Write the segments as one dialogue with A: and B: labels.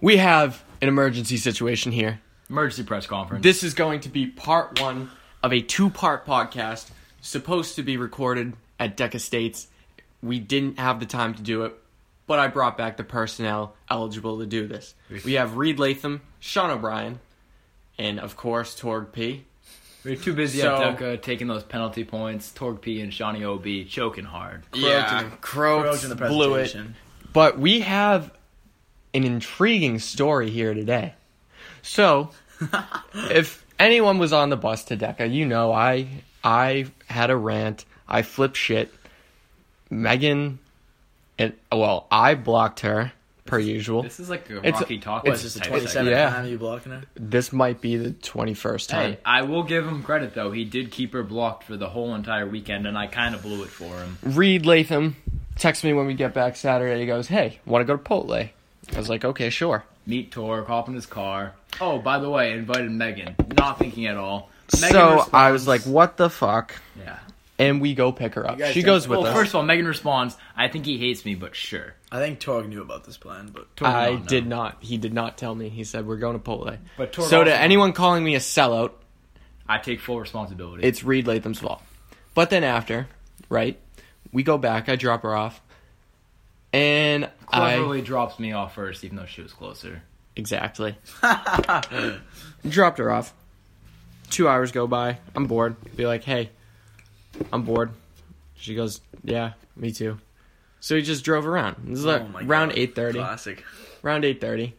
A: we have an emergency situation here.
B: Emergency press conference.
A: This is going to be part one of a two part podcast supposed to be recorded at Deck Estates. We didn't have the time to do it, but I brought back the personnel eligible to do this. We have Reed Latham, Sean O'Brien, and of course Torg P.
B: We're too busy
A: So-
B: at Delco taking those penalty points. Torg P and Shawnee OB choking hard.
A: Yeah, Croats
C: Croats in the
A: blew it.
C: presentation.
A: But we have an intriguing story here today. So, if anyone was on the bus to DECA, you know I I had a rant. I flipped shit. Megan, and well, I blocked her per usual.
B: This is like a
A: It's-
B: Rocky Talk.
A: it's-
C: This is the
B: type
C: 27th
B: segment.
A: Yeah.
C: time you blocking it.
A: This might be the twenty first time.
B: Hey, I will give him credit though. He did keep her blocked for the whole entire weekend, and I kind of blew it for him.
A: Reed Latham texts me when we get back Saturday. He goes, "Hey, want to go to Potle?" I was like, "Okay, sure."
B: Meet Torg, hop in his car. Oh, by the way, invited Megan. Not thinking at all. Megan
A: so I
B: responds-
A: was like, "What the fuck?"
B: Yeah.
A: And we go pick her up.
C: You guys
A: She
C: don't-
A: goes with
B: Well,
A: us.
B: first of all, Megan responds, "I think he hates me, but sure."
C: I think Torg knew about this plan, but
B: Torg
A: I
B: not know.
A: did not. He did not tell me. He said we're going to Chipotle.
B: But Torg
A: so to
B: also-
A: anyone calling me a sellout,
B: I take full responsibility.
A: it's Reed Latham's fault. But then after, right, we go back. I drop her off, and I
B: cleverly drops me off first, even though she was closer.
A: exactly dropped her off. Two hours go by. I'm bored. Be like, hey, I'm bored. She goes, yeah, me too. So we just drove around. This is like
C: Oh my
A: around
C: God.
A: Uh, eight thirty.
C: Classic.
A: around 8.30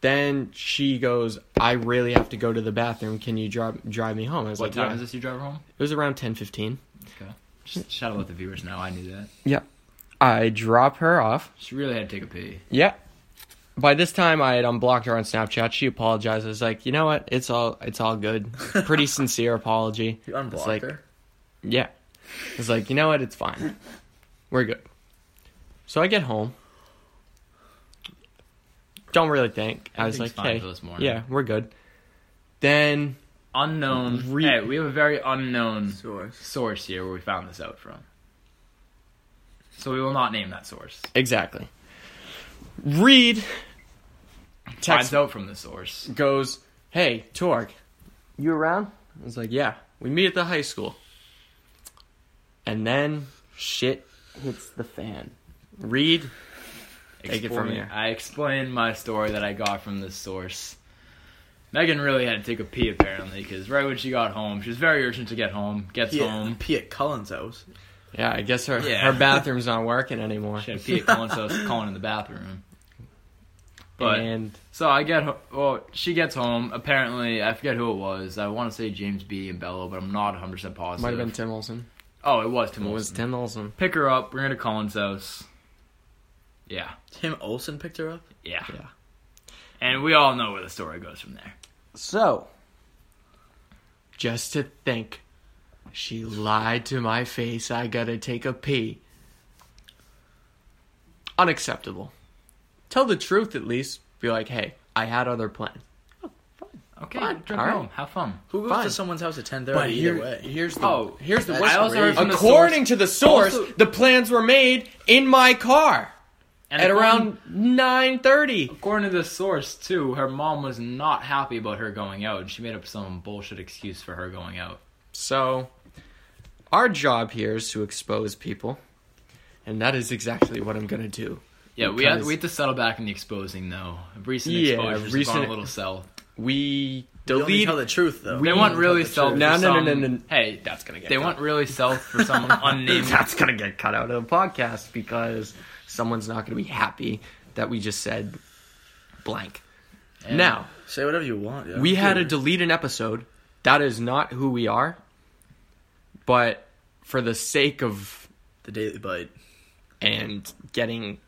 A: then she goes i really have to go to the bathroom can you drive drive me home i was
B: What
A: like
B: time
A: yeah.
B: is this you drive home?
A: it was around 10.15
B: Okay. Just shout out to the viewers now. I knew that.
A: yep i drop her off
B: She really had to take a pee.
A: yep by this time i had unblocked her on snapchat she apologized i was like you know what it's all it's all good It's a pretty sincere apology
C: You unblocked
A: It's like,
C: her.
A: yeah it's like you know what it's fine we're good so i get home don't really think i was like
B: Everything's fine
A: hey
B: for this morning.
A: yeah we're good then
B: Unknown.
A: Re-
B: hey, we have a very unknown
C: Source.
B: source here where we found this out from. So we will not name that source.
A: Exactly. Reed
B: Finds
A: text
B: out from the source.
A: goes, "Hey, Torg, you around?" I was like, "Yeah, we meet at the high school." And then shit hits the fan. Reed, Take it from
B: Explain-
A: here.
B: I explained my story that I got from this source. Megan really had to take a pee apparently because right when she got home, she was very urgent to get home. Gets
C: Yeah,
B: home.
C: pee at Cullen's house.
A: yeah, I guess her her
C: Yeah.
A: bathroom's not working anymore.
B: She had to pee at Colin's house, Colin in the bathroom. But
A: and
B: So I get ho- well, she gets home. Apparently, I forget who it was. I want to say James B and Bello, but I'm not 100 percent positive.
A: might have been Tim Olson.
B: oh, it was Tim.
A: It
B: Olsen.
A: was Tim Olson.
B: Pick her up. Bring her to Colin's house. Yeah,
C: Tim Olsen picked her up.
B: yeah,
A: Yeah.
B: And we all know where the story goes from there.
A: So, just to think, she lied to my face. I gotta take a pee. Unacceptable. Tell the truth at least. Be like, hey, I had other plans.
B: Okay,
A: Fine,
B: drive
A: alright.
B: home. Have fun.
C: Who goes
A: Fine.
C: to someone's house at 10:30
A: But
C: either
A: here-
C: way?
A: here's the
B: Oh,
A: here's the
C: that's
A: worst.
C: I also heard
B: from the
A: According
B: source-
A: to the source,
B: Also-
A: the plans were made in my car
B: And
A: at
B: according-
A: around nine thirty.
B: according to the source too, her mom was not happy about her going out, and she made up some bullshit excuse for her going out.
A: So, our job here is to expose people, and that is exactly what I'm going to do.
B: Yeah, we had,
A: Because-
B: we had to settle back in the exposing though. Recent
A: Yeah,
B: exposures have gone
A: recent-
B: a little south.
A: We
C: You only
A: delete.
C: tell the truth though.
B: They
C: You
B: want
C: only
B: really
C: tell
B: self.
C: the
A: No,
B: for
A: no, no,
B: some-
A: no, no.
B: Hey,
A: That's going to get.
B: they
A: cut.
B: want really self for some unnamed.
A: That's going to get cut out of the podcast because someone's not going to be happy that we just said blank.
B: And
A: Now
C: truth. Say whatever you want. Yeah.
A: we had to
C: Dude,
A: delete an episode. That is not who we are, but for the sake of
C: the Daily Bite.
A: and getting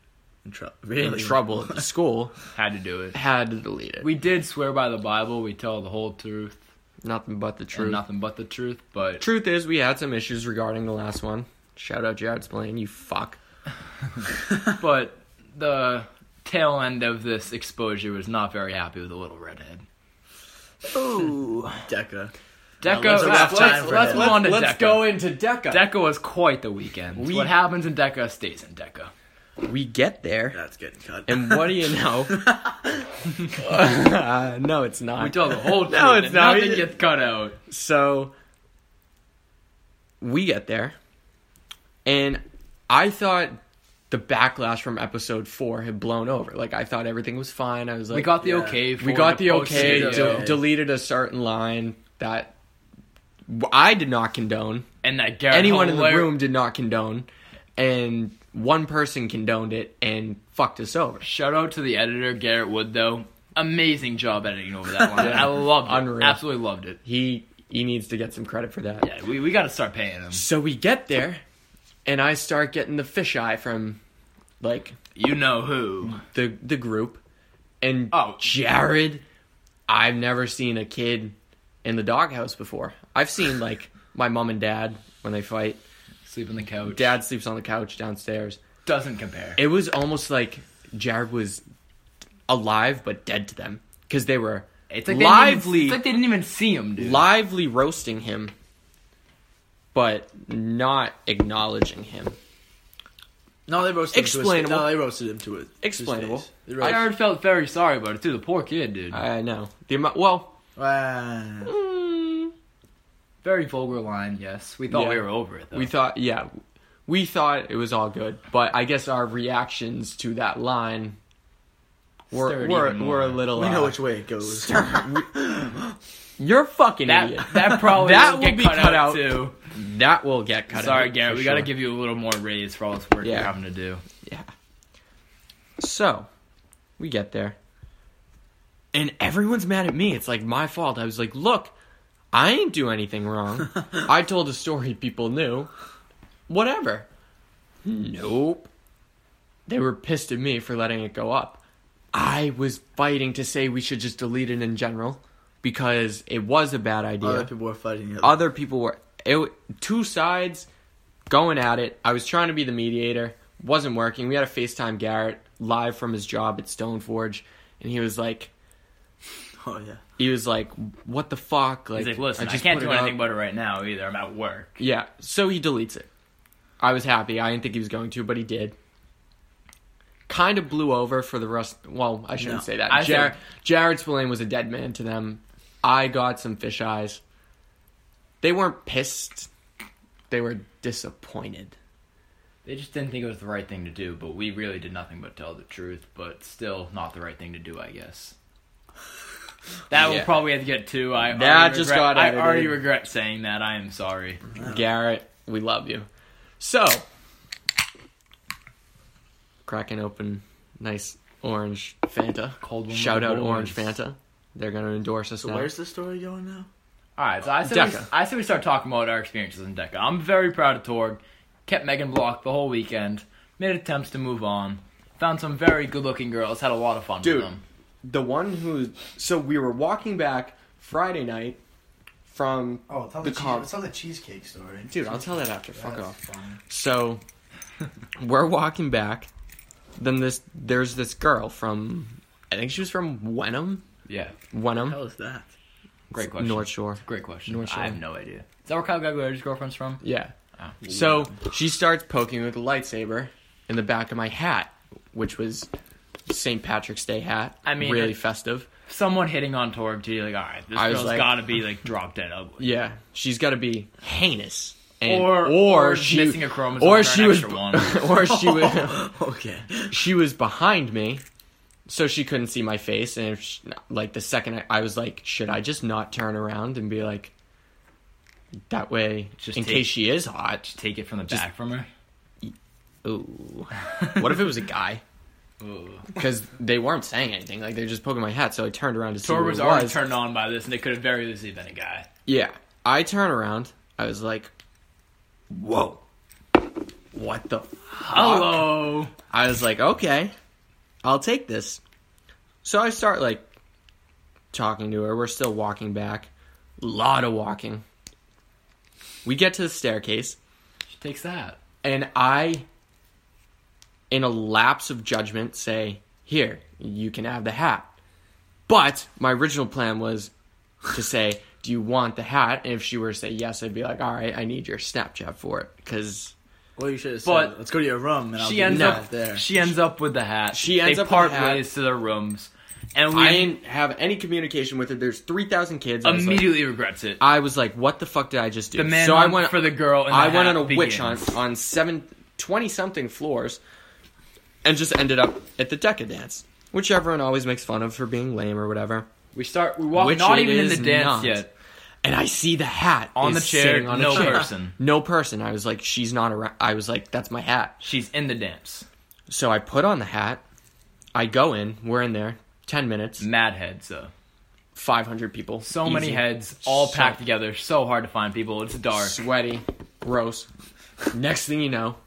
C: In trouble.
A: in trouble at school,
B: had to do it.
A: had to delete it.
B: We did swear by the Bible. We tell the whole truth,
A: nothing but the
B: truth.
A: truth.
B: and nothing but the truth. But
A: Truth is, we had some issues regarding the last one. Shout out Jared Spillane, you fuck.
B: but the tail end of this exposure was not very happy with the little redhead.
A: Ooh.
C: Deca.
B: Deco,
C: that's
B: let's,
C: a rough time
B: let's-
C: for
B: let's
C: him.
B: move on to Deca.
A: into Deca.
B: Deca was quite the weekend.
A: We-
B: what happens in Deca stays in Deca.
A: we get there,
C: That's getting cut.
A: and what do you know? Uh, no, it's not.
B: We tell the whole truth.
A: No, it's
B: and
A: not.
B: Nothing gets cut out.
A: So we get there, and I thought the backlash from episode four had blown over. Like I thought everything was fine. I was like,
B: we got the
C: yeah.
B: okay. For
A: we got the
B: post
A: okay.
B: video,
C: to-
A: de- deleted a certain line that I did not condone.
B: and that Garrett
A: Anyone in the
B: Hilar-
A: room did not condone, and one person condoned it and fucked us over.
B: Shout out to the editor Garrett Wood though. Amazing job editing over that line. I loved it.
A: Unreal.
B: Absolutely loved it.
A: He he needs to get some credit for that.
B: Yeah, we, we got to start paying him.
A: So we get there, and I start getting the fisheye from, like
B: You know who?
A: the the group, and
B: Oh.
A: Jared, I've never seen a kid in the doghouse before. I've seen like my mom and dad when they fight.
B: Sleep on the couch.
A: Dad sleeps on the couch downstairs.
B: doesn't compare.
A: It was almost like Jared was alive but dead to them because they were
B: It's like
A: lively
B: They didn't even, it's like they didn't even see him, dude.
A: lively roasting him, but not acknowledging him.
C: No, they roasted him. To
A: Explainable.
C: his, no, they roasted him to it. to his
A: Explainable.
C: face. They
B: I
C: roasted-
B: already felt very sorry about it too. The poor kid, dude.
A: I know the amount. Well,
C: Wow.
A: mm,
B: very vulgar line. Yes, we thought
A: Yeah.
B: we were over it. Though.
A: we thought, yeah, we thought it was all good, but I guess our reactions to that line were
B: Stirred
A: were,
B: even
A: were a
B: more.
A: little.
C: We
A: uh,
C: know which way it goes.
A: You're a fucking idiot.
B: that that probably
A: That
B: will
A: will
B: get
A: be
B: cut,
A: cut
B: out,
A: out.
B: too.
A: That will get cut.
B: Sorry,
A: out,
B: Garrett.
A: for
B: We got to
A: sure.
B: give you a little more raise for all this work
A: Yeah.
B: you're having to do.
A: Yeah. So, we get there. And everyone's mad at me. It's like my fault. I was like, look, I ain't do anything wrong. I told a story people knew. Whatever. Nope. They were pissed at me for letting it go up. I was fighting to say we should just delete it in general because it was a bad idea
C: Other people were fighting. it.
A: other people were it, w- two sides going at it. I was trying to be the mediator, wasn't working. We had a FaceTime Garrett live from his job at Stoneforge, and he was like,
C: Oh yeah.
A: he was like, "What the fuck?" Like,
B: He's like, listen, I,
A: just
B: can't
A: put
B: do
A: it up."
B: anything about it right now either. I'm at work.
A: Yeah, so he deletes it. I was happy. I didn't think he was going to, but he did. Kind of blew over for the rest. Well, I shouldn't
C: No,
A: say that.
B: I
A: Jar-
B: think-
A: Jared Spillane was a dead man to them. I got some fish eyes. They weren't pissed. They were disappointed.
B: They just didn't think it was the right thing to do, but we really did nothing but tell the truth, but still not the right thing to do, I guess. That will
A: Yeah.
B: probably have to get two. I
A: That
B: already
A: just
B: regret-
A: got
B: I
A: edited.
B: already regret saying that. I am sorry.
A: Garrett, we love you. So, cracking open nice orange Fanta.
B: Cold one
A: Shout
B: with
A: out
B: the
A: Orange
B: boys.
A: Fanta. They're going to endorse us
C: So
A: now.
C: where's the story going now?
B: All right, so I said, we,
A: Deca.
B: I said we start talking about our experiences in DECA. I'm very proud of Torg. Kept Megan blocked the whole weekend. Made attempts to move on. Found some very good-looking girls. Had a lot of fun
A: Dude.
B: with them.
A: the one who so we were walking back Friday night from
D: Oh, tell
A: the
D: the,
A: com-
D: cheese, tell the cheesecake story.
A: dude, I'll tell that after. Fuck
D: That's
A: off.
D: funny.
A: So we're walking back. Then this there's this girl from I think she was from Wenham.
B: Yeah,
C: The
A: Wenham.
C: hell is that?
B: great question.
A: North Shore.
B: Great question.
A: North Shore.
B: I have no idea. Is that where Kyle Gagler's girlfriend's from?
A: Yeah.
B: Oh.
A: So she starts poking with a lightsaber in the back of my hat, which was St. Patrick's Day hat.
B: I mean,
A: really
B: it-
A: festive.
B: someone hitting on Torb too. Like, all right, this
A: I was
B: girl's
A: like-
B: got to be like drop dead ugly.
A: Yeah, she's got to be heinous. And,
B: Or-
A: or,
B: or
A: she
B: missing a chromosome or
A: or
B: an
A: she was
B: extra one.
A: or she was
C: okay.
A: she was behind me, so she couldn't see my face. And if she, like the second I, I was like, should I just not turn around and be like, that way,
B: Just
A: in
B: take-
A: case she is hot?
B: Take it from the back from her.
A: Ooh, what if it was a guy? Because they weren't saying anything, like they were just poking my hat. So I turned around to see
B: Torb
A: who
B: was
A: it
B: already
A: was.
B: turned on by this, and they could have very easily been a guy.
A: Yeah. I turn around. I was like, whoa. What the
B: Hello.
A: I was like, okay, I'll take this. So I start like talking to her. We're still walking back. Lot of walking. We get to the staircase,
B: She takes that.
A: and I, in a lapse of judgment, say, "Here, you can have the hat." But my original plan was to say, "Do you want the hat?" And if she were to say yes, I'd be like, "All right, I need your Snapchat for it," because
C: Well, you should have said.
B: But-
C: Let's go to your room. And I'll
B: She
C: give
B: ends
C: you
B: up
C: that there.
B: She ends up with the hat.
A: She ends
B: they
A: up with
B: part
A: the hat.
B: ways to their rooms. and
A: I
B: we
A: didn't have any communication with her. There's three thousand kids. I was, like,
B: immediately regrets it.
A: I was like, "What the fuck did I just do?"
B: The man
A: so I
B: hunt
A: went
B: for the girl. In the
A: I went
B: hat
A: on a witch
B: begins.
A: hunt on seven, 20 something floors and just ended up at the Decadence, which everyone always makes fun of for being lame or whatever.
B: We start. We walk.
A: Which
B: not
A: it
B: even in the
A: is
B: dance
A: not.
B: yet.
A: And I see the hat
B: On
A: is
B: the chair,
A: sitting on
B: no
A: a chair.
B: person.
A: No person. I was like, she's not around. I was like, that's my hat.
B: She's in the dance.
A: So I put on the hat. I go in. We're in there. 10 minutes.
B: Mad heads though.
A: 500 people.
B: So
A: Easy.
B: many heads, all
A: So-
B: packed together. So hard to find people. It's dark.
A: Sweaty. Gross. Next thing you know,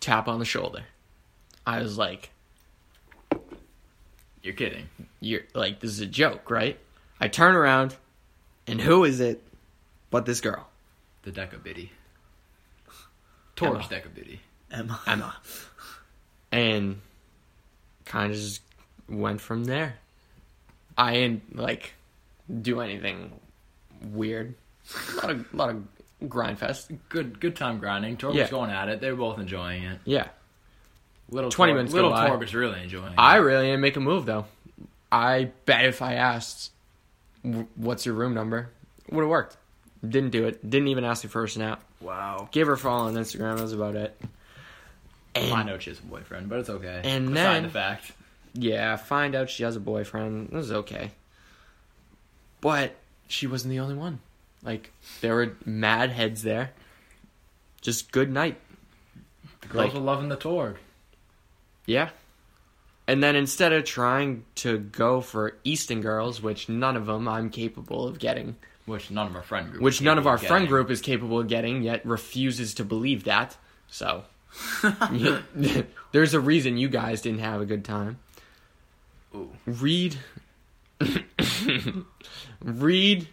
A: tap on the shoulder. I was like,
B: You're kidding.
A: you're like this is a joke right i turn around and who is it but this girl
B: The Deca Biddy. Torch
A: Emma.
B: Deca Biddy.
C: Emma.
A: emma and kind of just went from there i didn't like do anything weird a lot of, lot of grind fest
B: Good, good time grinding. Torb
A: Yeah.
B: was going at it. They were both enjoying it.
A: yeah
B: Little
A: 20
B: Torb-
A: minutes go
B: Little
A: by.
B: Torb was really enjoying.
A: i
B: it.
A: really didn't make a move though i bet if i asked "W- what's your room number would have worked didn't do it didn't even ask the person out
C: Wow.
A: gave her a follow on instagram that was about it and
B: I know she has a boyfriend, but it's okay.
A: And
B: Beside
A: then-
B: the fact.
A: Yeah, find out she has a boyfriend. This is okay. But she wasn't the only one. Like there were mad heads there. Just good night.
B: The girls
A: Like-
B: were loving the Torg.
A: Yeah. And then instead of trying to go for Easton girls, which none of them I'm capable of getting,
B: Which none of our friend group.
A: which
B: was
A: none of
B: capable
A: our friend
B: getting.
A: group is capable of getting, yet refuses to believe that. So, there's a reason you guys didn't have a good time.
B: Ooh.
A: Read, read,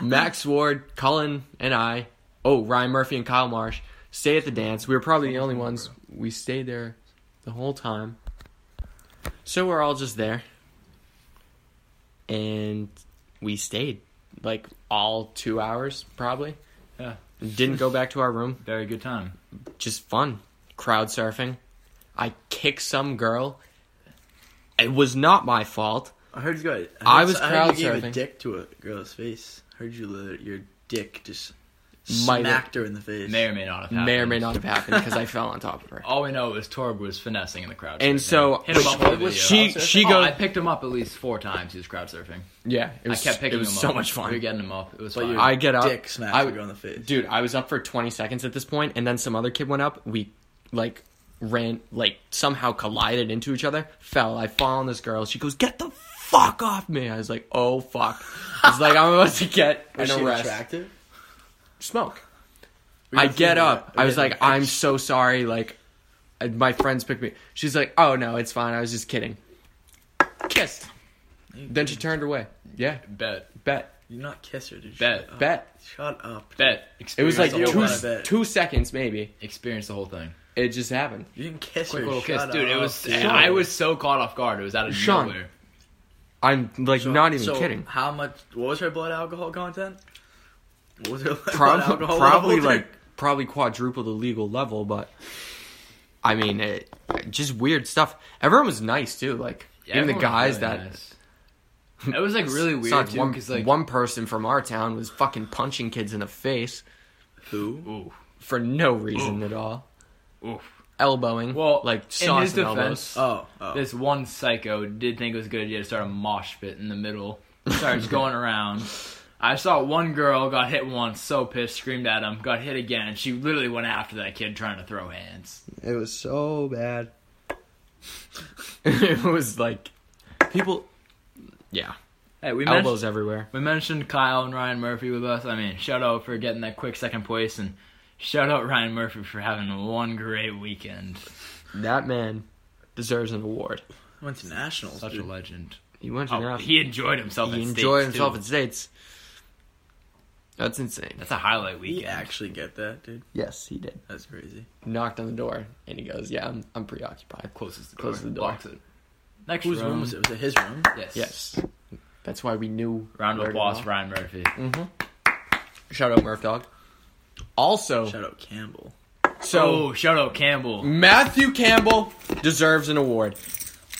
A: Max Ward, Cullen, and I. Oh, Ryan Murphy and Kyle Marsh stay at the dance. We were probably the only ones. We stayed there the whole time. So we're all just there, and we stayed like all two hours probably.
B: Yeah,
A: Didn't go back to our room
B: very good time.
A: just fun crowd surfing. I kicked some girl. It was not my fault.
C: I heard you got. I, heard,
A: I was
C: I heard you gave a
A: crowd surfing.
C: dick to a girl's face. heard you lit- your dick just
A: Might have-
C: smacked her in the face.
B: May or may not have happened.
A: May or may not have happened because I fell on top of her.
B: All we know is Torb was finessing in the crowd.
A: And
B: surfing.
A: so-
B: hit him up with a video.
A: Was she-
B: Crowd surfing?
A: she
B: Oh,
A: goes-
B: I picked him up at least four times. He was crowd surfing.
A: Yeah, it
B: I
A: was,
B: kept picking
A: it was
B: him up.
A: so much fun.
B: We were getting him up. It was
C: But
B: fun.
C: your
A: I get up.
C: dick smacked
A: I-
C: her on the face.
A: Dude, I was up for 20 seconds at this point, and then some other kid went up. We, like, ran, like, somehow collided into each other, fell. I fall on this girl. She goes, Get the fuck off me. I was like, Oh, fuck. I was like, I'm about to get an
C: was she
A: arrest.
C: attractive?
A: Smoke.
C: Were you
A: I
C: a uh,
A: get
C: female?
A: up.
C: Were
A: I
C: you
A: was
C: a
A: like,
C: female?
A: I'm so sorry. Like, uh, my friends picked me. She's like, oh no, it's fine. I was just kidding. Kissed. Then she turned away. Yeah,
B: bet,
A: bet,
C: You not kiss her, did you?
B: Bet.
C: Shut up.
A: bet.
C: Shut up.
B: bet.
A: It was
B: Experience
A: like
B: the whole
A: two
B: thing.
C: bet.
A: two seconds maybe.
B: Experience the whole thing.
A: It just happened.
C: You didn't kiss
B: Quick
C: her.
B: little kiss,
C: Shut
B: dude. It
C: up,
B: was.
C: dude.
B: I was so caught off guard. It was out of
A: Sean.
B: nowhere.
A: I'm like
C: So-
A: not even
C: so
A: kidding.
C: How much? What was her blood alcohol content? What was her blood
A: Probably,
C: alcohol
A: probably
C: level,
A: like
C: dude?
A: probably quadruple the legal level, but I mean, it, just weird stuff. Everyone was nice too. Like
B: Yeah,
A: even the
B: everyone was
A: guys
B: really
A: that
B: nice. It was like really weird
A: Besides,
B: too,
A: one,
B: because like
A: one person from our town was fucking punching kids in the face
C: Who?
B: Ooh,
A: for no reason at all,
B: ooh.
A: elbowing.
B: Well,
A: like
B: in his
A: sauce and elbows.
B: defense, uh,
C: Oh, oh.
B: this one psycho did think it was a good idea to start a mosh pit in the middle. Starts going around. I saw one girl got hit once, so pissed, screamed at him, got hit again, and she literally went after that kid trying to throw hands.
A: It was so bad. it was like people. Yeah,
B: Hey, we mentioned,
A: elbows everywhere.
B: we mentioned Kyle and Ryan Murphy with us. I mean, shout out for getting that quick second place, and shout out Ryan Murphy for having one great weekend.
A: That man deserves an award.
C: went to nationals.
B: Such a
C: dude.
B: legend.
A: He went to
B: Oh,
A: oh,
B: he enjoyed himself.
A: he
B: at
A: enjoyed
B: States, too.
A: himself in states. That's insane.
B: That's a highlight weekend.
C: You actually get that, dude.
A: Yes, he did.
C: That's crazy.
A: Knocked on the door and he goes, "Yeah, I'm I'm preoccupied."
B: closes the door.
A: Closes the door.
B: Locks it. Next
C: Whose room was it? Was it his room?
B: Yes.
A: Yes, that's why we knew.
B: Round of
A: where to
B: applause,
A: knock.
B: for Ryan Murphy.
A: Shout out Murph Dog. Also,
C: Shout out Campbell.
A: so
B: oh, shout out Campbell.
A: Matthew Campbell deserves an award.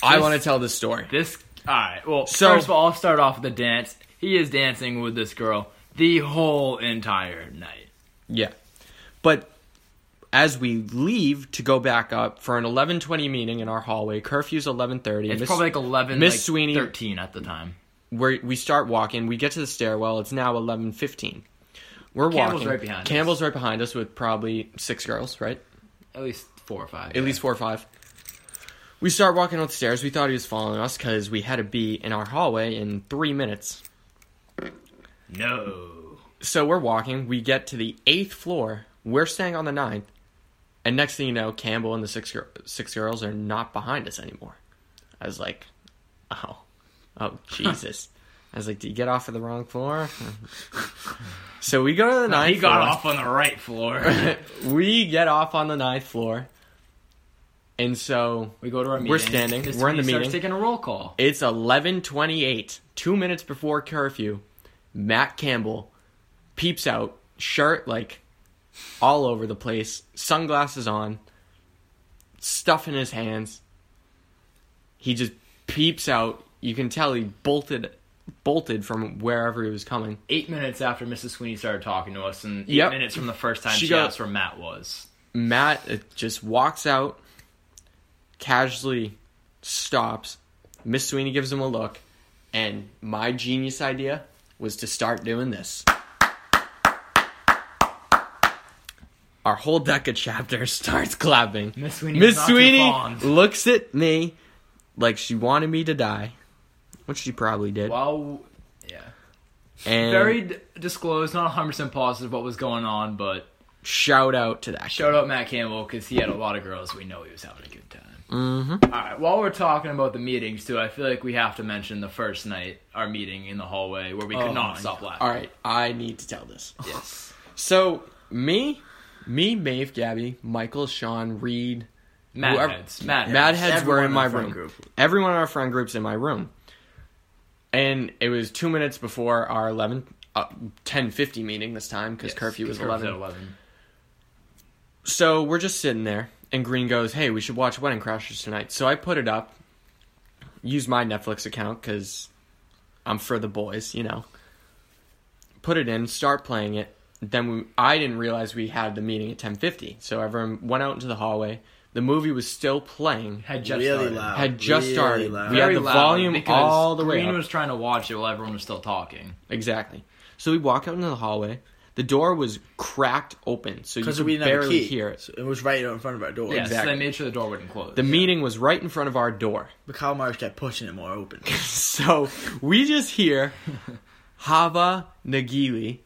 A: I
B: This-
A: want to tell this story.
B: This All right. Well,
A: So-
B: first of all, I'll start off with the dance. He is dancing with this girl the whole entire night.
A: Yeah. But as we leave to go back up for an 11:20 meeting in our hallway, curfew's 11:30.
B: It's
A: Miss-
B: probably like eleven,
A: Miss
B: like
A: Sweeney-
B: thirteen at the time.
A: we're, we start walking. We get to the stairwell. It's now 11:15. We're
B: Campbell's
A: walking.
B: right behind us.
A: Campbell's right behind us with probably six girls, right?
B: At least four or five.
A: At least four or five. We start walking up the stairs. We thought he was following us because we had to be in our hallway in three minutes.
B: no.
A: So we're walking. We get to the eighth floor. We're staying on the ninth. And next thing you know, Campbell and the six, gir- six girls are not behind us anymore. I was like, oh, oh, Jesus. I was like, did you get off of the wrong floor? so we go to the ninth
B: He got
A: floor.
B: off on the right floor.
A: we get off on the ninth floor. And so
B: we go to our meeting.
A: We're standing.
B: Miss
A: We're in the
B: Sweeney
A: meeting.
B: Starts taking a roll call.
A: It's 11:28, 2 minutes before curfew. Matt Campbell peeps out, shirt like all over the place, sunglasses on, stuff in his hands. He just peeps out. You can tell he bolted bolted from wherever he was coming.
B: Eight minutes after Mrs. Sweeney started talking to us, and eight
A: Yep.
B: minutes from the first time
A: She
B: she,
A: got-
B: asked where Matt was.
A: Matt uh, just walks out, casually stops. Miss Sweeney gives him a look, and my genius idea was to start doing this. Our whole DECA chapter starts clapping.
B: Miss Sweeney was
A: Miss
B: not too
A: Sweeney
B: fond.
A: looks at me like she wanted me to die, which she probably did.
B: Well, yeah.
A: And
B: Very d- disclosed, not 100% positive what was going on, but
A: shout out to that.
B: shout out Matt Campbell because he had a lot of girls. We know he was having a good time.
A: Mm-hmm.
B: All right, while we're talking about the meetings, too, I feel like we have to mention the first night, our meeting in the hallway where we could
C: Oh
B: not
C: my
B: stop laughing.
A: All right, I need to tell this.
B: Yes.
A: So me, me, Maeve, Gabby, Michael, Sean, Reed,
B: Mad
A: Whoever-
B: heads. Mad heads.
A: Mad Heads were
C: Everyone
A: in
C: in
A: my
C: the friend
A: room.
C: group.
A: Everyone in our friend group's in my room, and it was two minutes before our eleven. Uh, 1050 meeting this time because
B: Yes,
A: curfew was
B: curfew
A: 11
B: at 11.
A: so we're just sitting there and green goes hey we should watch wedding crashers tonight so i put it up use my netflix account because i'm for the boys you know put it in start playing it then we, i didn't realize we had the meeting at 10.50 so everyone went out into the hallway the movie was still playing
B: Had just
C: Really
B: started.
C: loud.
A: had just
C: Really
A: started
C: loud.
A: we had
B: Very
A: the
B: loud
A: volume
B: because
A: all the way
B: Green
A: up.
B: was trying to watch it while everyone was still talking.
A: exactly so we walk out into the hallway the door was cracked open so you
C: Because
A: could
C: we didn't have a
A: barely
C: key.
A: hear it
C: So it was right out in front of our door.
B: Yeah,
A: Exactly.
B: so they made sure the door wouldn't close.
A: the meeting was right in front of our door
C: But Kyle Myers kept pushing it more open.
A: So we just hear Hava Nagili,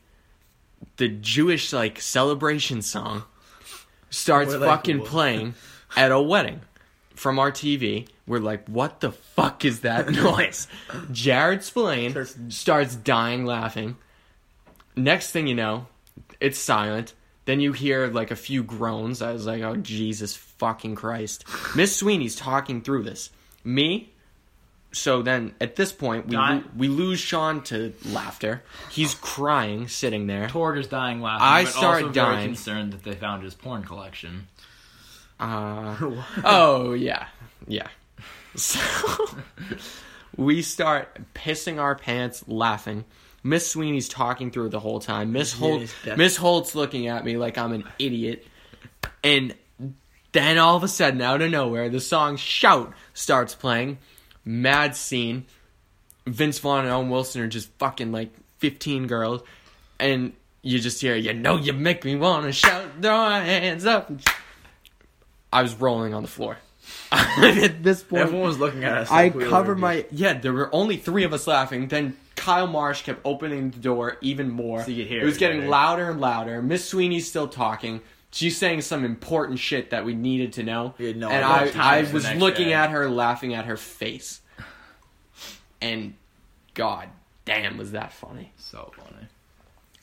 A: the Jewish like celebration song, starts
C: We're like,
A: fucking
C: "What?"
A: playing at a wedding from our TV. We're like, what the fuck is that noise? Jared Spillane
C: Starts-
A: starts dying laughing. Next thing you know, it's silent. Then you hear like a few groans. I was like, oh, Jesus fucking Christ. Miss Sweeney's talking through this. Me, so then at this point, we,
B: Di-
A: lo- we lose Sean to laughter. He's crying sitting there.
B: Torg is dying laughing.
A: I
B: but
A: started
B: also
A: dying.
B: Very concerned that they found his porn collection.
A: Uh,
C: What?
A: oh, yeah. Yeah. So we start pissing our pants laughing. Miss Sweeney's talking through the whole time. Miss Holt,
C: Sweeney's deaf.
A: Miss Holt's looking at me like I'm an idiot. And then all of a sudden, out of nowhere, the song "Shout" starts playing. Mad scene. Vince Vaughn and Owen Wilson are just fucking like 15 girls, and you just hear, "You know, you make me wanna shout, throw our hands up." I was rolling on the floor. at this point,
C: Everyone was looking at us.
A: I
C: like we were
A: covered
C: just-
A: my yeah. There were only three of us laughing. Then Kyle Marsh kept opening the door even more.
B: So you could hear
A: it was getting
B: everybody.
A: louder and louder. Miss Sweeney's still talking. She's saying some important shit that we needed to know.
C: We had no
A: and I, I
C: idea.
B: Times the
A: was
B: next
A: looking
B: day.
A: at her, laughing at her face. And God damn, was that funny?
B: So funny.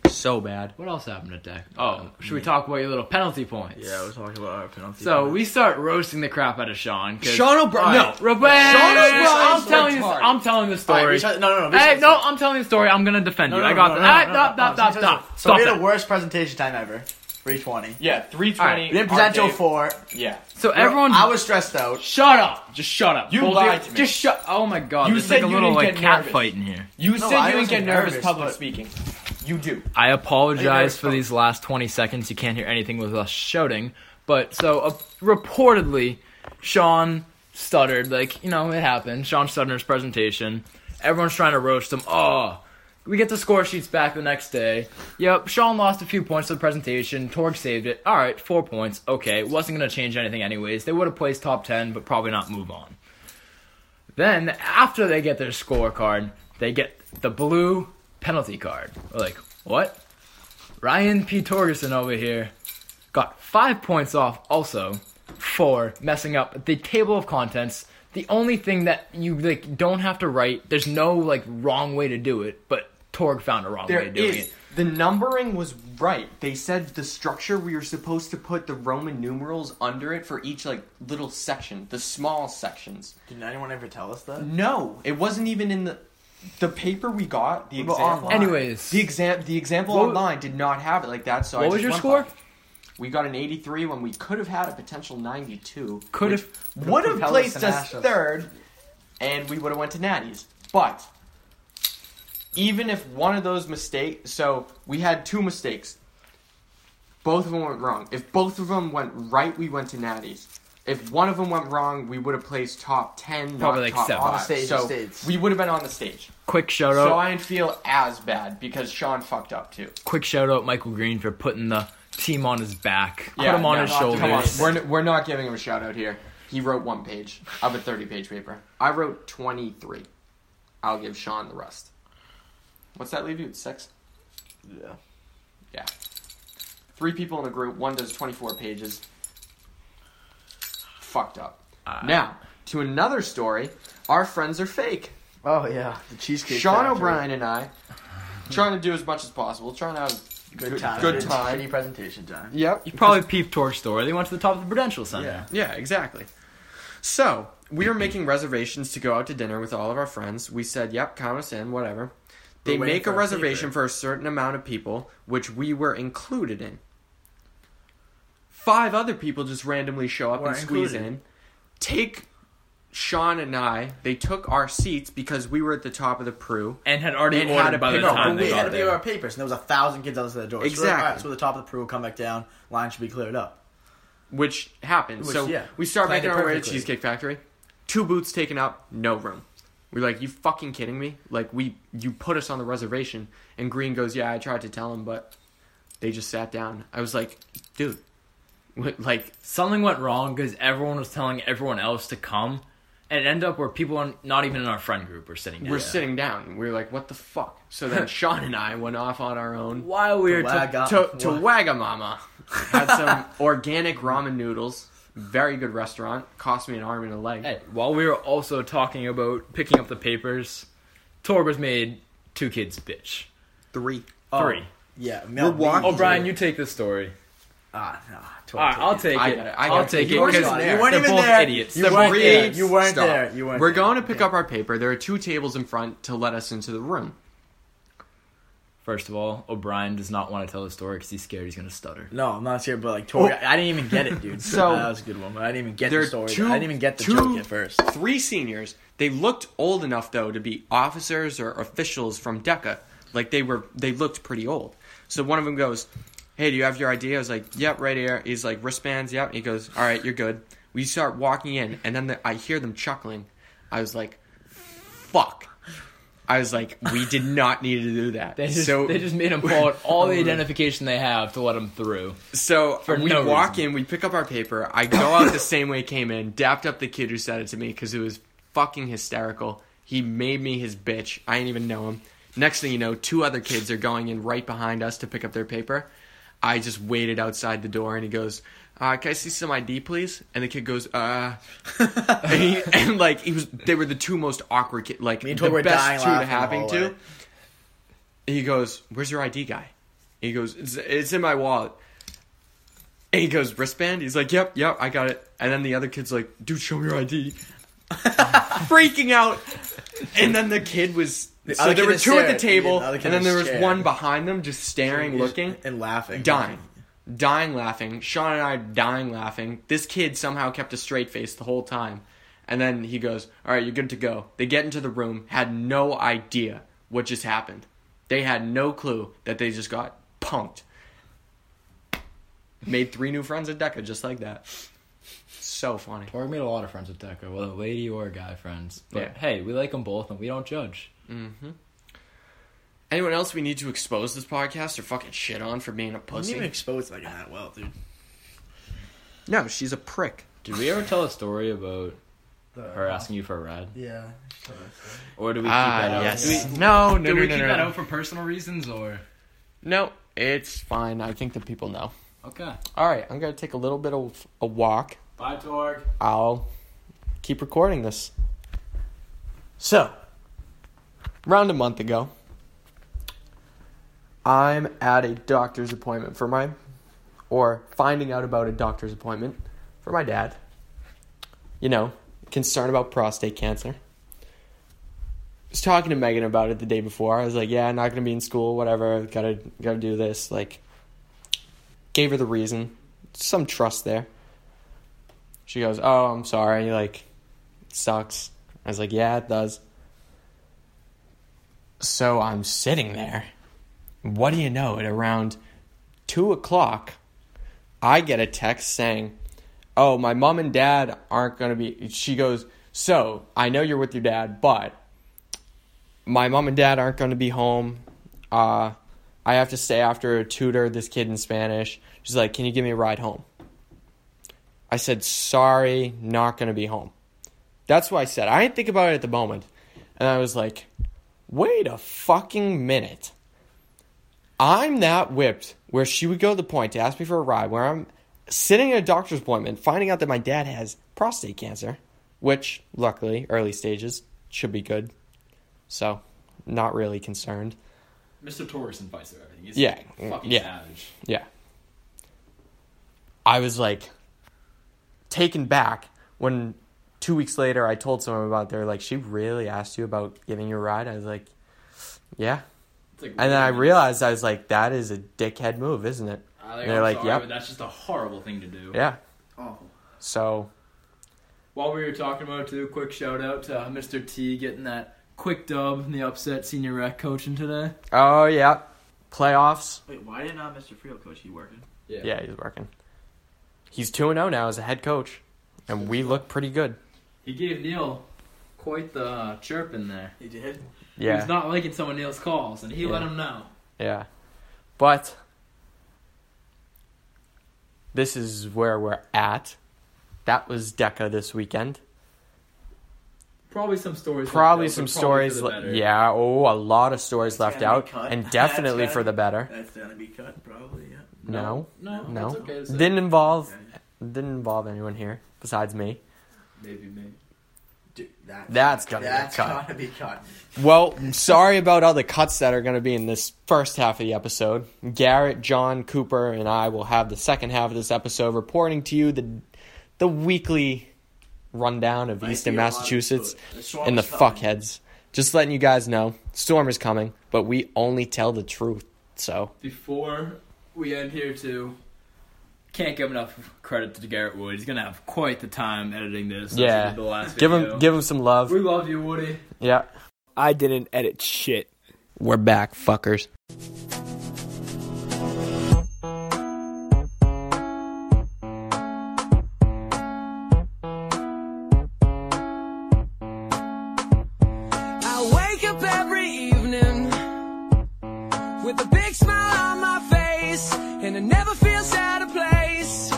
A: So bad.
B: What else happened at Deck? Oh, should we talk about your little penalty points?
C: Yeah, we're talking about our penalty.
B: So we start roasting the crap out of Sean. 'cause-
A: Sean O'Brien.
B: Alright,
A: No.
B: Robert.
A: O'Brien's
B: I'm
A: retarded.
B: telling you. I'm telling the
C: All right, we
B: story.
C: should- no, no, no.
B: Hey, no, I'm telling the story. I'm gonna defend you. I got that. Ah, Stop, stop, stop, stop.
C: So
B: Stop
C: we had
B: that.
C: the worst presentation time ever. 320.
A: Yeah, three
B: All right,
A: twenty.
C: You didn't present till four.
A: Yeah.
B: So everyone's
C: I was stressed out.
B: Shut up! Just shut up.
A: You
B: Both
A: lied
B: you-
A: to me.
B: Just shut. Oh my god!
A: You
B: There's
A: said
B: like a
A: you
B: little
A: didn't
B: like
A: get
B: cat
A: nervous.
B: fight in here.
A: You
C: No,
A: said
C: I
A: you didn't get
C: wasn't
A: nervous,
C: nervous,
A: public
C: but-
A: speaking. You do.
B: I apologize
C: nervous
B: for
C: about?
B: these last 20 seconds. You can't hear anything with us shouting. But so uh, reportedly, Sean stuttered. Like you know, it happened. Sean stuttered in his presentation. Everyone's trying to roast him. Oh, we get the score sheets back the next day. Yep, Sean lost a few points to the presentation. Torg saved it. All right, four points. Okay, wasn't gonna change anything anyways. They would have placed top 10, but probably not move on. Then after they get their scorecard, they get the blue penalty card. We're like, what? Ryan P. Torgerson over here got five points off also for messing up the table of contents. The only thing that you like don't have to write, there's no like wrong way to do it, but Torg found a wrong
A: There
B: way of doing
A: is-
B: it.
A: The numbering was right. They said the structure we were supposed to put the Roman numerals under it for each like little section, the small sections.
C: Did anyone ever tell us that?
A: No, it wasn't even in the the paper we got. The
C: What about
A: example.
C: online?
B: Anyways,
A: The exam, the example
B: What-
A: online did not have it like that. So I
B: what
A: just
B: was your
A: went
B: score?
A: by it. We got an 83 when we could have had a potential 92.
B: Could
A: which
B: have-
A: would have
C: propelled
A: placed
C: us and
A: us
C: ashed us.
A: third, and we would have went to Natty's. But even if one of those mistakes, so we had two mistakes. Both of them went wrong. If both of them went right, we went to Natty's. If one of them went wrong, we would have placed top ten,
B: Probably
A: not
B: like
A: top
B: seven.
A: five.
B: On
C: stage,
A: so
C: states.
A: we would have been on the stage.
B: Quick shout out.
A: So I didn't feel as bad because Sean fucked up too.
B: quick shout out Michael Green for putting the team on his back. Put him on
A: no,
B: his
A: no,
B: shoulders.
A: Come on, we're, n- we're not giving him a shout out here. He wrote one page of a 30 page paper. I wrote 23. I'll give Sean the rest. What's that leave you? at Six?
C: Yeah.
A: Yeah. Three people in a group, one does 24 pages. Fucked up.
B: Uh.
A: now, to another story. Our friends are fake.
C: Oh yeah, the cheesecake.
A: Sean
C: Factory.
A: O'Brien and I, trying to do as much as possible, trying to have
C: Good time.
A: Good
C: It's
A: time.
C: Pretty presentation time.
A: Yep.
B: You probably peeped Torg's story. They went to the top of the Prudential Center.
C: Yeah.
A: Yeah, exactly. So we were making reservations to go out to dinner with all of our friends. We said, "Yep, count us in, whatever." They
C: We're waiting
A: make a
C: for a
A: reservation
C: paper.
A: for a certain amount of people, which we were included in. Five other people just randomly show up
C: Were
A: and squeeze
C: included.
A: in. Take Sean and I. They took our seats because we were at the top of the Prue.
B: And had already
A: And
B: ordered
A: had a
B: by the
A: pickup.
B: time
C: No,
B: they
C: we had
B: got
C: to pay our
B: there.
C: papers, and there was a thousand kids outside the door. So we're like,
A: Exactly.
C: all right, so the top of the pool will come back down. Line should be cleared up.
A: which happened.
C: Which,
A: so
C: yeah,
A: we start
C: planned
A: making
C: it
A: our way to
C: perfectly.
A: Cheesecake Factory. Two booths taken up, no room. We're like, you fucking kidding me? Like we, you put us on the reservation, and Green goes, yeah, I tried to tell him, but they just sat down. I was like, dude, what, like
B: Something went wrong because everyone was telling everyone else to come, and it ended up where people are not even in our friend group were sitting. Down.
A: we're sitting down. We're like, what the fuck? So then Sean and I went off on our own
B: While we were
C: The wag
B: ta-
C: up.
A: to to Wagamama. Had some organic ramen noodles. Very good restaurant. Cost me an arm and a leg.
B: Hey, while we were also talking about picking up the papers, Torg was made two kids bitch.
A: Three.
B: Three.
C: Yeah, Mel
A: We're walking-
B: Oh, Brian, you take this story.
C: Ah, no.
B: All right, I'll take
A: I
B: it.
A: got it. I got
B: I'll
A: it.
B: take it
A: You weren't
B: because
A: even
B: they're
A: there. You
C: weren't even
B: both
C: there.
B: idiots.
C: You
B: They're
C: weren't
B: both
C: there.
B: idiots.
C: You weren't
A: Stop.
C: there. You weren't
A: We're
C: there.
A: going to pick up our paper. There are two tables in front to let us into the room.
B: First of all, O'Brien does not want to tell the story because he's scared he's going to stutter.
C: No, I'm not scared, but like Tori,
A: Oh.
C: I, I didn't even get it, dude.
A: So-
C: that was a good one, but I didn't even get
A: There
C: the
A: are
C: story.
A: two-
C: I didn't even get the
A: two-
C: joke at first.
A: Three seniors. They looked old enough though to be officers or officials from DECA. Like they were, they looked pretty old. So one of them goes, "Hey, do you have your ID?" I was like, "Yep, right here." He's like, "Wristbands, yep." he goes, "All right, you're good." We start walking in, and then the, I hear them chuckling. I was like, "Fuck." I was like, "We did not need to do that."
B: They just,
A: so
B: they just made him pull out all the identification they have to let him through.
A: So we
B: no
A: walk in, we pick up our paper. I go out the same way I came in, dapped up the kid who said it to me because it was fucking hysterical. He made me his bitch. I didn't even know him. Next thing you know, two other kids are going in right behind us to pick up their paper. I just waited outside the door, and he goes, uh, "Can I see some ID, please?" And the kid goes, "Uh," and, he, and like he was, they were the two most awkward, kid, like
C: Me and
A: the
C: Tori were dying
A: best two to
C: laughing the
A: having
C: whole
A: to
C: way.
A: he goes, "Where's your ID guy?" And he goes, "It's, it's in my wallet." And he goes, "Wristband?" He's like, "Yep, yep, I got it." And then the other kid's like, "Dude, show me your ID." Freaking out. And then the kid was so
C: other
A: there
C: kid
A: were two
C: is
A: at the
C: staring.
A: table,
C: The other
A: and
C: kid
A: then
C: is
A: there was
C: staring.
A: one behind them just staring, looking,
C: and laughing,
A: dying. dying laughing. Sean and I dying laughing. This kid somehow kept a straight face the whole time. And then he goes, All right, you're good to go. They get into the room, had no idea what just happened. They had no clue that they just got punked. Made three new friends at DECA just like that. So funny.
B: Torg made a lot of friends with Decker, whether lady or guy friends. But
A: Yeah.
B: hey, we like them both and we don't judge.
A: Anyone else we need to expose this podcast or fucking shit on for being a
C: I didn't even
A: pussy?
C: expose like that well, dude.
A: No, she's a prick.
B: Did we ever tell a story about
C: The-
B: her asking you for a ride?
C: Yeah.
B: Or do we keep that
A: Ah,
B: out?
A: yes.
B: Do we-
A: no, no,
B: do
A: no,
B: we
A: no,
B: keep
A: no.
B: that out for personal reasons or?
A: No, it's fine. I think the people know.
B: Okay.
A: All right, I'm going to take a little bit of a walk.
B: Bye, Torg.
A: I'll keep recording this. So, around a month ago, I'm at a doctor's appointment for my, or finding out about a doctor's appointment for my dad. You know, concerned about prostate cancer. was talking to Megan about it the day before. I was like, "Yeah, not gonna be in school. Whatever. Gotta gotta do this." Like, gave her the reason, some trust there. She goes, "Oh, I'm sorry. Like, it sucks." I was like, "Yeah, it does." So I'm sitting there. What do you know? At around two o'clock, I get a text saying, "Oh, my mom and dad aren't gonna be." She goes, "So I know you're with your dad, but my mom and dad aren't gonna be home. Uh, I have to stay after a tutor this kid in Spanish." She's like, "Can you give me a ride home?" I said, sorry, not going to be home. That's what I said. I didn't think about it at the moment. And I was like, wait a fucking minute. I'm that whipped where she would go to the point to ask me for a ride, where I'm sitting at a doctor's appointment, finding out that my dad has prostate cancer, which, luckily, early stages, should be good. So, not really concerned.
B: Mr. Torgerson fights through everything. He's
A: Yeah.
B: fucking
A: Yeah.
B: savage.
A: Yeah. I was like taken back when two weeks later I told someone about they're like, she really asked you about giving you a ride. I was like, yeah.
B: It's like,
A: And then I
B: really-
A: realized I was like, that is a dickhead move, isn't it?
B: I
A: they're
B: Ah, I'm
A: like,
B: sorry,
A: yep.
B: but that's just a horrible thing to do.
A: Yeah.
C: Awful.
A: So
B: While we were talking about it, too, quick shout out to Mr. T getting that quick dub in the upset senior rec coaching today.
A: oh yeah. Playoffs.
C: Wait, why did not Mr. Friel coach? He working.
A: Yeah, he's working. He's two and oh now as a head coach. And we look pretty good.
B: He gave Neil quite the uh, chirp in there.
C: He did.
B: He was
A: Yeah.
B: not liking some of Neil's calls, and he let
A: Yeah.
B: him know.
A: Yeah. But this is where we're at. That was DECA this weekend.
B: Probably some stories. left
A: Probably
B: out, but
A: some
B: probably for
A: stories.
B: the
A: le-
B: better.
A: yeah, oh, a lot of stories
C: That's
A: left
C: gotta
A: out.
C: be cut.
A: And
C: That's
A: definitely
C: gotta
A: for the
C: be-
A: better.
C: That's gonna be cut probably. Yeah.
A: No.
B: No.
A: No.
B: It's okay to say.
A: Didn't involve
C: Okay.
A: didn't involve anyone here besides me.
B: Maybe me.
C: Dude, that's,
A: That's gotta be
C: that's
A: cut.
C: gotta be cut.
A: Well, sorry about all the cuts that are going to be in this first half of the episode. Garrett, John, Cooper, and I will have the second half of this episode reporting to you the the weekly rundown of
C: Might
A: Eastern
C: be a lot of
A: Massachusetts
C: good. The storm
A: and the
C: is coming.
A: fuckheads. Just letting you guys know, storm is coming, but we only tell the truth. So
B: Before we end here, too, can't give enough credit to Garrett Wood. He's gonna have quite the time editing this. since he
A: Yeah.
B: did The last
A: give
B: video.
A: him give him some love.
B: We love you, Woody.
A: yeah,
B: I didn't edit shit.
A: we're back, fuckers.
D: I wake up every evening with a big smile on my face, and I never feel out of place.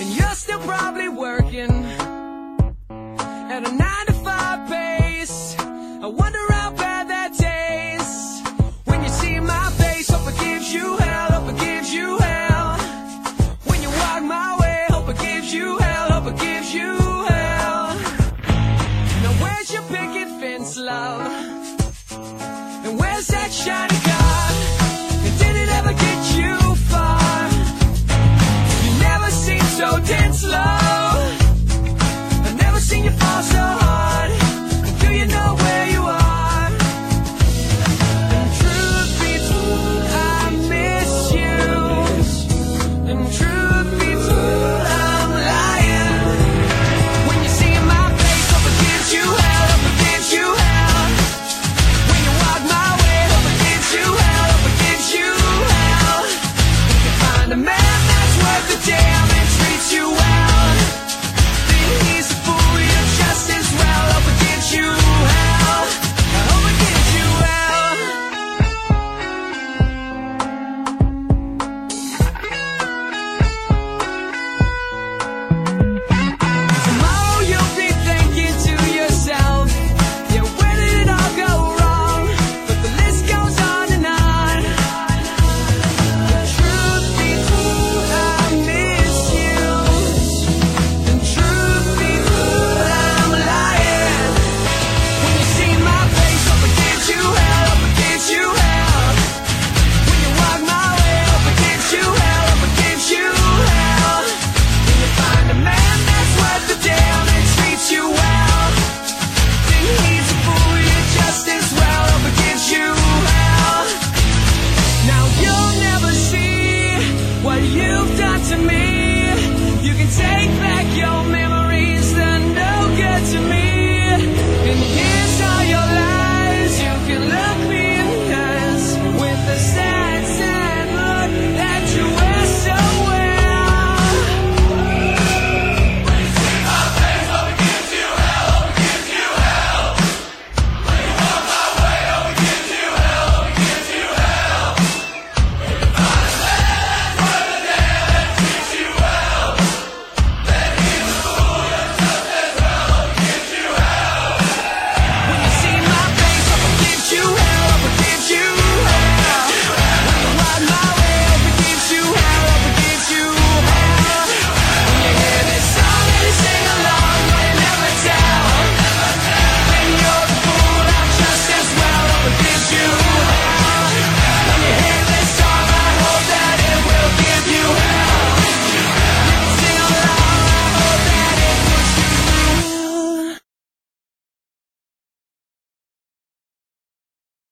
D: And you're still probably working at a nine to five pace. I wonder how bad. Oh,